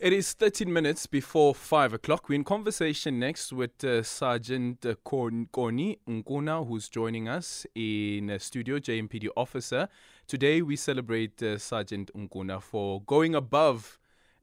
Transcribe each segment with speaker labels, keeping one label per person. Speaker 1: It is 13 minutes before 5 o'clock. We're in conversation next with uh, Sergeant uh, Kon- Koni Nkuna, who's joining us in uh, studio, JMPD officer. Today, we celebrate uh, Sergeant Nkuna for going above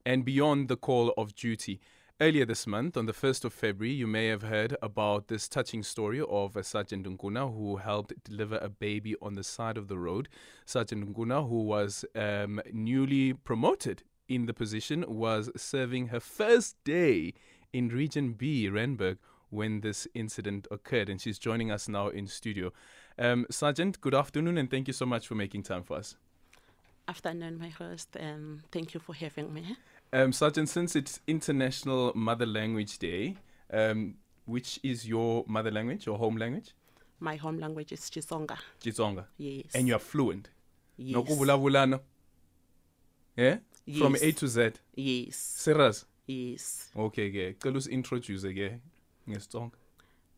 Speaker 1: and beyond the call of duty. Earlier this month, on the 1st of February, you may have heard about this touching story of uh, Sergeant Nkuna who helped deliver a baby on the side of the road. Sergeant Nkuna, who was um, newly promoted in the position, was serving her first day in Region B, Renberg, when this incident occurred. And she's joining us now in studio. Um, Sergeant, good afternoon and thank you so much for making time for us.
Speaker 2: Afternoon, my host. Um, thank you for having me.
Speaker 1: Um, Sergeant, since it's International Mother Language Day, um, which is your mother language, your home language?
Speaker 2: My home language is Chisonga.
Speaker 1: Chitsonga.
Speaker 2: Yes.
Speaker 1: And you are fluent.
Speaker 2: yes.
Speaker 1: Nokuvulavulana. Yeah? From
Speaker 2: Yes.
Speaker 1: A to Z.
Speaker 2: yes.
Speaker 1: Serious.
Speaker 2: Yes.
Speaker 1: Okay, ke. Cela usintroduce ke ngesitsonga.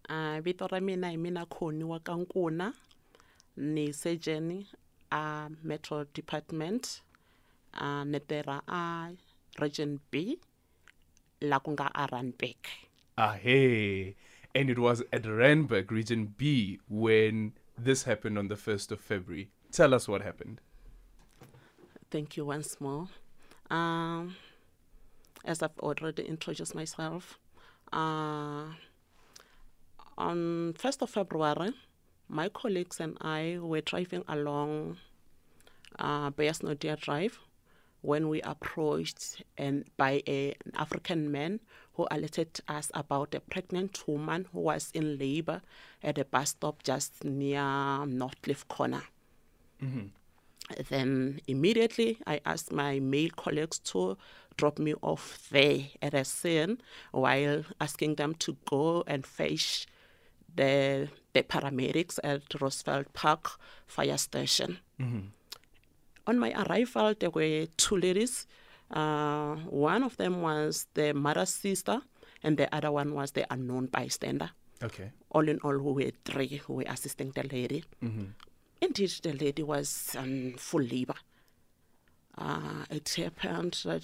Speaker 2: Uh, vito ra mina hi mina Khoni wa ka Nkuna ni surgeon a metro department uh, ni tirha a region B la ku nga Aranbeck.
Speaker 1: Ah, hey. And it was at Randburg, Region B, when this happened on the 1st of February. Tell us what happened.
Speaker 2: Thank you once more. Um, as I've already introduced myself, uh, on 1st of February, my colleagues and I were driving along uh, Bayasnodia Drive when we approached and by a, an African man who alerted us about a pregnant woman who was in labor at a bus stop just near Northcliffe Corner then immediately I asked my male colleagues to drop me off there at a scene while asking them to go and fetch the the paramedics at Roosevelt Park fire station. On my arrival, there were two ladies. Uh, one of them was the mother's sister, and the other one was the unknown bystander
Speaker 1: Okay.
Speaker 2: all in all, we were three who were assisting the lady.
Speaker 1: Mm-hmm.
Speaker 2: Indeed, the lady was um, full labor. Uh, it happened that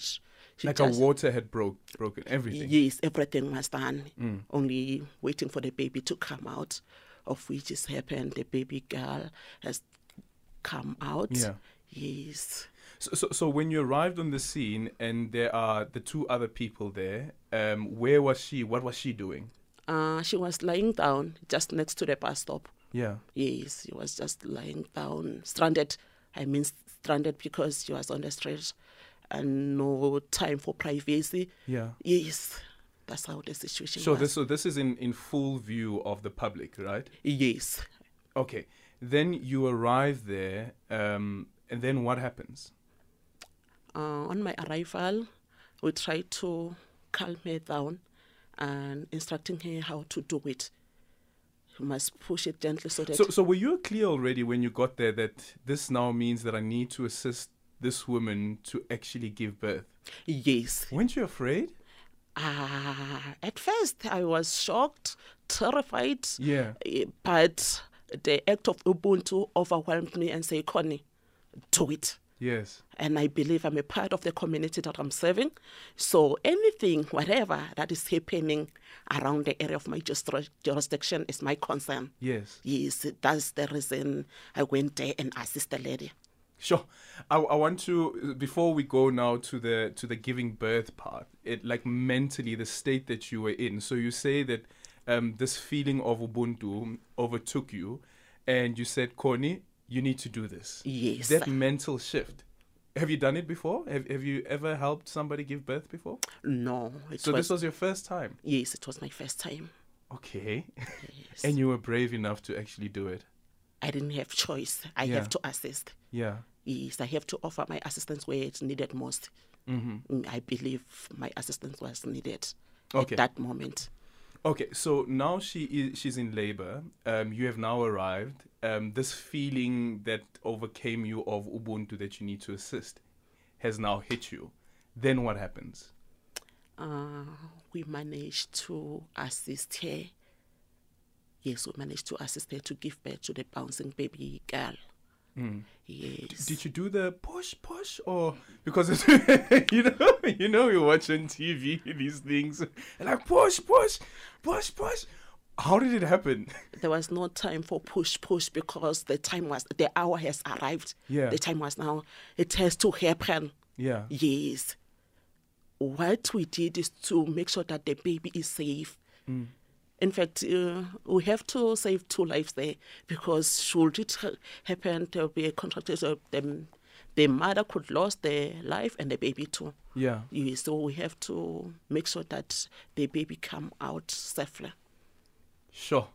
Speaker 2: she
Speaker 1: Like
Speaker 2: just,
Speaker 1: a water had broke, broken everything.
Speaker 2: yes, everything was done,
Speaker 1: Mm.
Speaker 2: only waiting for the baby to come out, of which has happened. The baby girl has come out.
Speaker 1: Yeah.
Speaker 2: Yes.
Speaker 1: So, so, so when you arrived on the scene and there are the two other people there, um, where was she? What was she doing?
Speaker 2: Uh, she was lying down just next to the bus stop.
Speaker 1: Yeah.
Speaker 2: Yes, she was just lying down, stranded. I mean, stranded because she was on the street and no time for privacy.
Speaker 1: Yeah.
Speaker 2: Yes, that's how the situation
Speaker 1: So
Speaker 2: was.
Speaker 1: this, so this is in, in full view of the public, right?
Speaker 2: yes.
Speaker 1: Okay. Then you arrive there, um, and then what happens?
Speaker 2: Uh, on my arrival, we tried to calm her down and instructing her how to do it. You must push it gently so that.
Speaker 1: So, so were you clear already when you got there that this now means that I need to assist this woman to actually give birth?
Speaker 2: yes.
Speaker 1: Weren't you afraid?
Speaker 2: Ah, at first, I was shocked, terrified.
Speaker 1: Yeah.
Speaker 2: Eh, But the act of Ubuntu overwhelmed me and said, Connie, do it.
Speaker 1: Yes.
Speaker 2: And I believe I'm a part of the community that I'm serving. So anything, whatever that is happening around the area of my jurisdic- jurisdiction is my concern.
Speaker 1: Yes.
Speaker 2: Yes, that's the reason I went there and assisted the lady.
Speaker 1: Sure. I, I want to before we go now to the to the giving birth part. It like mentally the state that you were in. So you say that um, this feeling of ubuntu overtook you, and you said, "Corny, you need to do this."
Speaker 2: Yes.
Speaker 1: That mental shift. Have you done it before? Have Have you ever helped somebody give birth before?
Speaker 2: No, it
Speaker 1: So
Speaker 2: was,
Speaker 1: this was your first time.
Speaker 2: yes, it was my first time.
Speaker 1: Okay. and you were brave enough to actually do it.
Speaker 2: I didn't have choice. I
Speaker 1: Yeah.
Speaker 2: have to assist.
Speaker 1: Yeah.
Speaker 2: Yes, I have to offer my assistance where it's needed most.
Speaker 1: Mm-hmm.
Speaker 2: Mm, I believe my assistance was needed
Speaker 1: Okay.
Speaker 2: at that moment.
Speaker 1: Okay, so now she is she's in labor. Um, you have now arrived. Um, this feeling that overcame you of Ubuntu that you need to assist has now hit you. Then what happens?
Speaker 2: Uh, we managed to assist her. Yes, we managed to assist her to give birth to the bouncing baby girl.
Speaker 1: Mm.
Speaker 2: Yes.
Speaker 1: Did you do the push push or because it's, you know you know you're watching TV these things like push push push push. How did it happen?
Speaker 2: there was no time for push push because the time was the hour has arrived.
Speaker 1: Yeah.
Speaker 2: The time was now. It has to happen.
Speaker 1: Yeah.
Speaker 2: Yes. What we did is to make sure that the baby is safe. In fact, uh, we have to save two lives there because should it ha- happen, there will be a contracted uh, the, the mother could lose their life and the baby too.
Speaker 1: Yeah.
Speaker 2: Yeah, so we have to make sure that the baby come out safely.
Speaker 1: Sure.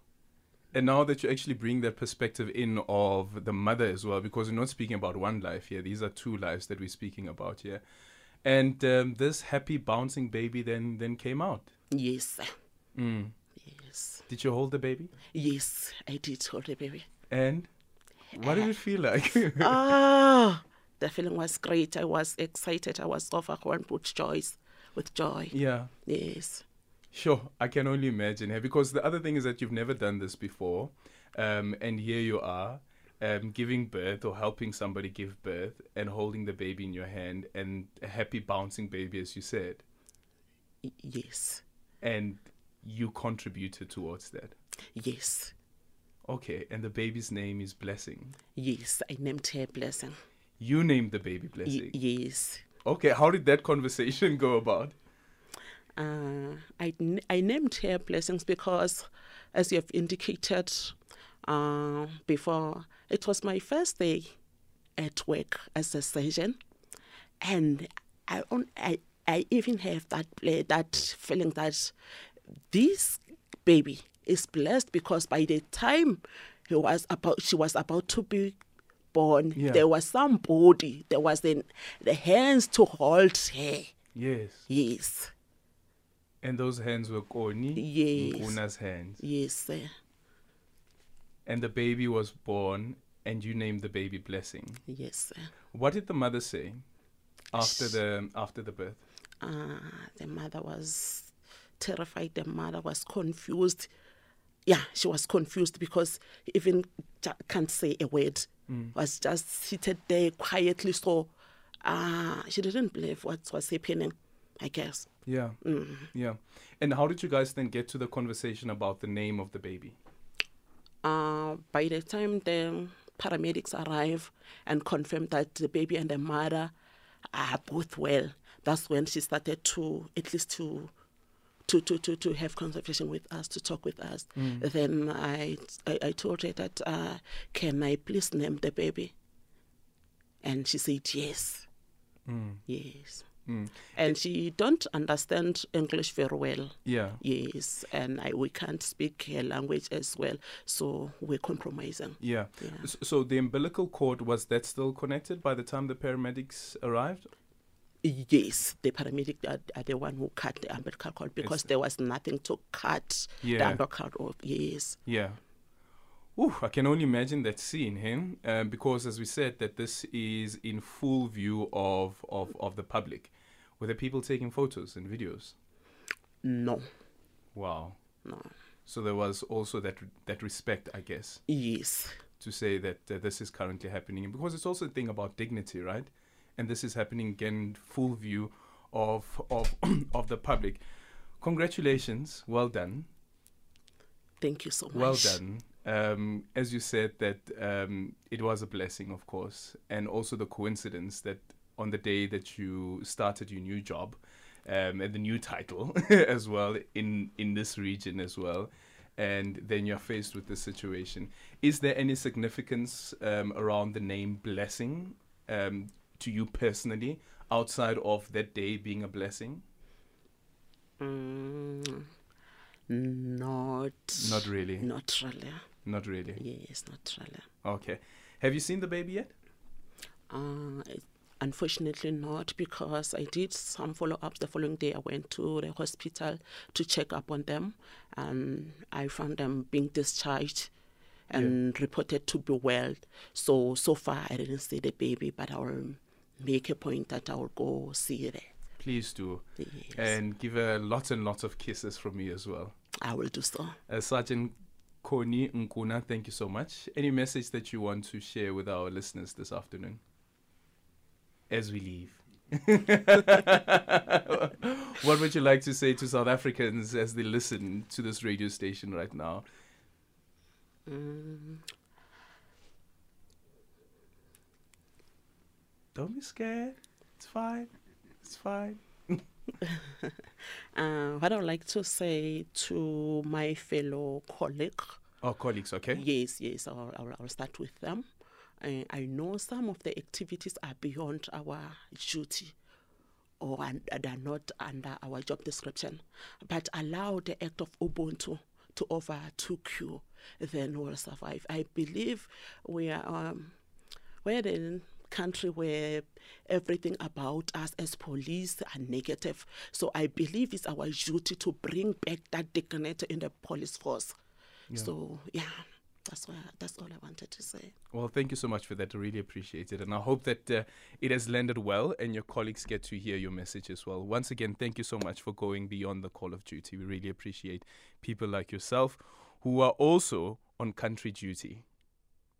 Speaker 1: And now that you actually bring that perspective in of the mother as well, because we're not speaking about one life here, these are two lives that we're speaking about here. And um, this happy bouncing baby then then came out.
Speaker 2: Yes. Yes.
Speaker 1: Did you hold the baby?
Speaker 2: Yes, I did hold the baby.
Speaker 1: And what did it feel like?
Speaker 2: Ah, the feeling was great. I was excited. I was overwhelmed with joy. With joy.
Speaker 1: yeah.
Speaker 2: Yes.
Speaker 1: Sure, I can only imagine. eh, Because the other thing is that you've never done this before, um, and here you are, um, giving birth or helping somebody give birth and holding the baby in your hand and a happy bouncing baby, as you said,
Speaker 2: Y- yes.
Speaker 1: and you contributed towards that.
Speaker 2: Yes.
Speaker 1: Okay, and the baby's name is Blessing.
Speaker 2: Yes. I named her Blessing.
Speaker 1: You named the baby
Speaker 2: Y-
Speaker 1: Blessing.
Speaker 2: yes.
Speaker 1: Okay, how did that conversation go about?
Speaker 2: Uh, I, n- I named her Blessings because, as you have indicated uh, before, it was my first day at work as a surgeon. And I, on, I, I even have that, pla- that feeling that this baby is blessed because by the time he was about, she was about to be born,
Speaker 1: Yeah.
Speaker 2: there was somebody, there was the, the hands to hold her.
Speaker 1: Yes.
Speaker 2: Yes.
Speaker 1: And those hands were Koni,
Speaker 2: Yes.
Speaker 1: Nkuna's hands.
Speaker 2: Yes, eh,
Speaker 1: And the baby was born, and you named the baby Blessing.
Speaker 2: yes. eh.
Speaker 1: What did the mother say after the after the birth?
Speaker 2: Uh, the mother was terrified. The mother was confused. Yeah, she was confused because even ja- can't say a word. Was just seated there quietly. So, uh, she didn't believe what was happening. I guess.
Speaker 1: Yeah, yeah. And how did you guys then get to the conversation about the name of the baby?
Speaker 2: Uh, by the time the paramedics arrive and confirm that the baby and the mother are both well, that's when she started to at least to to to to, to have conversation with us, to talk with us. Then I, I I told her that uh, can I please name the baby, and she said yes, yes. And she don't understand English very well.
Speaker 1: Yeah,
Speaker 2: Yes, and I, we can't speak her language as well, so we're compromising.
Speaker 1: yeah.
Speaker 2: Yeah.
Speaker 1: S- So the umbilical cord was that still connected by the time the paramedics arrived?
Speaker 2: Yes, the paramedic are, are the one who cut the umbilical cord because there was nothing to cut the
Speaker 1: Yeah.
Speaker 2: umbilical cord. Yes,
Speaker 1: Yeah. Ooh, I can only imagine that scene, him, um, because as we said, that this is in full view of of of the public, with the people taking photos and videos.
Speaker 2: no,
Speaker 1: Wow.
Speaker 2: no.
Speaker 1: So there was also that that respect, I guess.
Speaker 2: Yes,
Speaker 1: to say that uh, this is currently happening because it's also a thing about dignity right and this is happening again full view of of of the public congratulations well done
Speaker 2: thank you so much.
Speaker 1: well done um, as you said that um, it was a blessing of course and also the coincidence that on the day that you started your new job um, and the new title as well in in this region as well and then you're faced with this situation is there any significance um, around the name blessing um, to you personally outside of that day being a blessing
Speaker 2: Mm, not,
Speaker 1: not really
Speaker 2: not really.
Speaker 1: not really
Speaker 2: Yes, not really.
Speaker 1: okay have you seen the baby yet
Speaker 2: Uh, it- unfortunately, not because I did some follow ups the following day. I went to the hospital to check up on them, and I found them being discharged and reported to be well. So, so far, I didn't see the baby, but I will make a point that I will go see her.
Speaker 1: Please do.
Speaker 2: Yes.
Speaker 1: And give her lots and lots of kisses from me as well.
Speaker 2: I will do so.
Speaker 1: Uh, Sergeant Koni Nkuna, thank you so much. Any message that you want to share with our listeners this afternoon as we leave? what would you like to say to South Africans as they listen to this radio station right now?
Speaker 2: Mm,
Speaker 1: Don't be scared. It's fine. It's fine.
Speaker 2: uh, what I would like to say to my fellow colleague,
Speaker 1: Oh, colleagues, okay?
Speaker 2: yes, yes, I'll, I'll, I'll start with them. Uh, I know some of the activities are beyond our duty or un- they're not under our job description, but allow the act of Ubuntu to overtake you, then we'll survive. I believe we are. Um, we're in a country where everything about us as police are negative. So I believe it's our duty to bring back that dignity in the police force. So yeah, that's why that's all I wanted to say.
Speaker 1: Well, thank you so much for that. I really appreciate it. And I hope that uh, it has landed well and your colleagues get to hear your message as well. Once again, thank you so much for going beyond the call of duty. We really appreciate people like yourself who are also on country duty.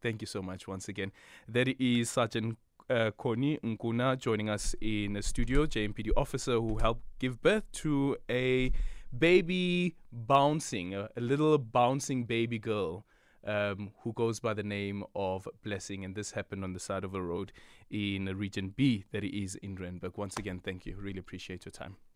Speaker 1: Thank you so much once again. That is Sergeant uh, Koni Nkuna joining us in the studio, JMPD officer who helped give birth to a baby bouncing, a, a little bouncing baby girl um, who goes by the name of Blessing. And this happened on the side of a road in Region B that is in Renberg. Once again, thank you. Really appreciate your time.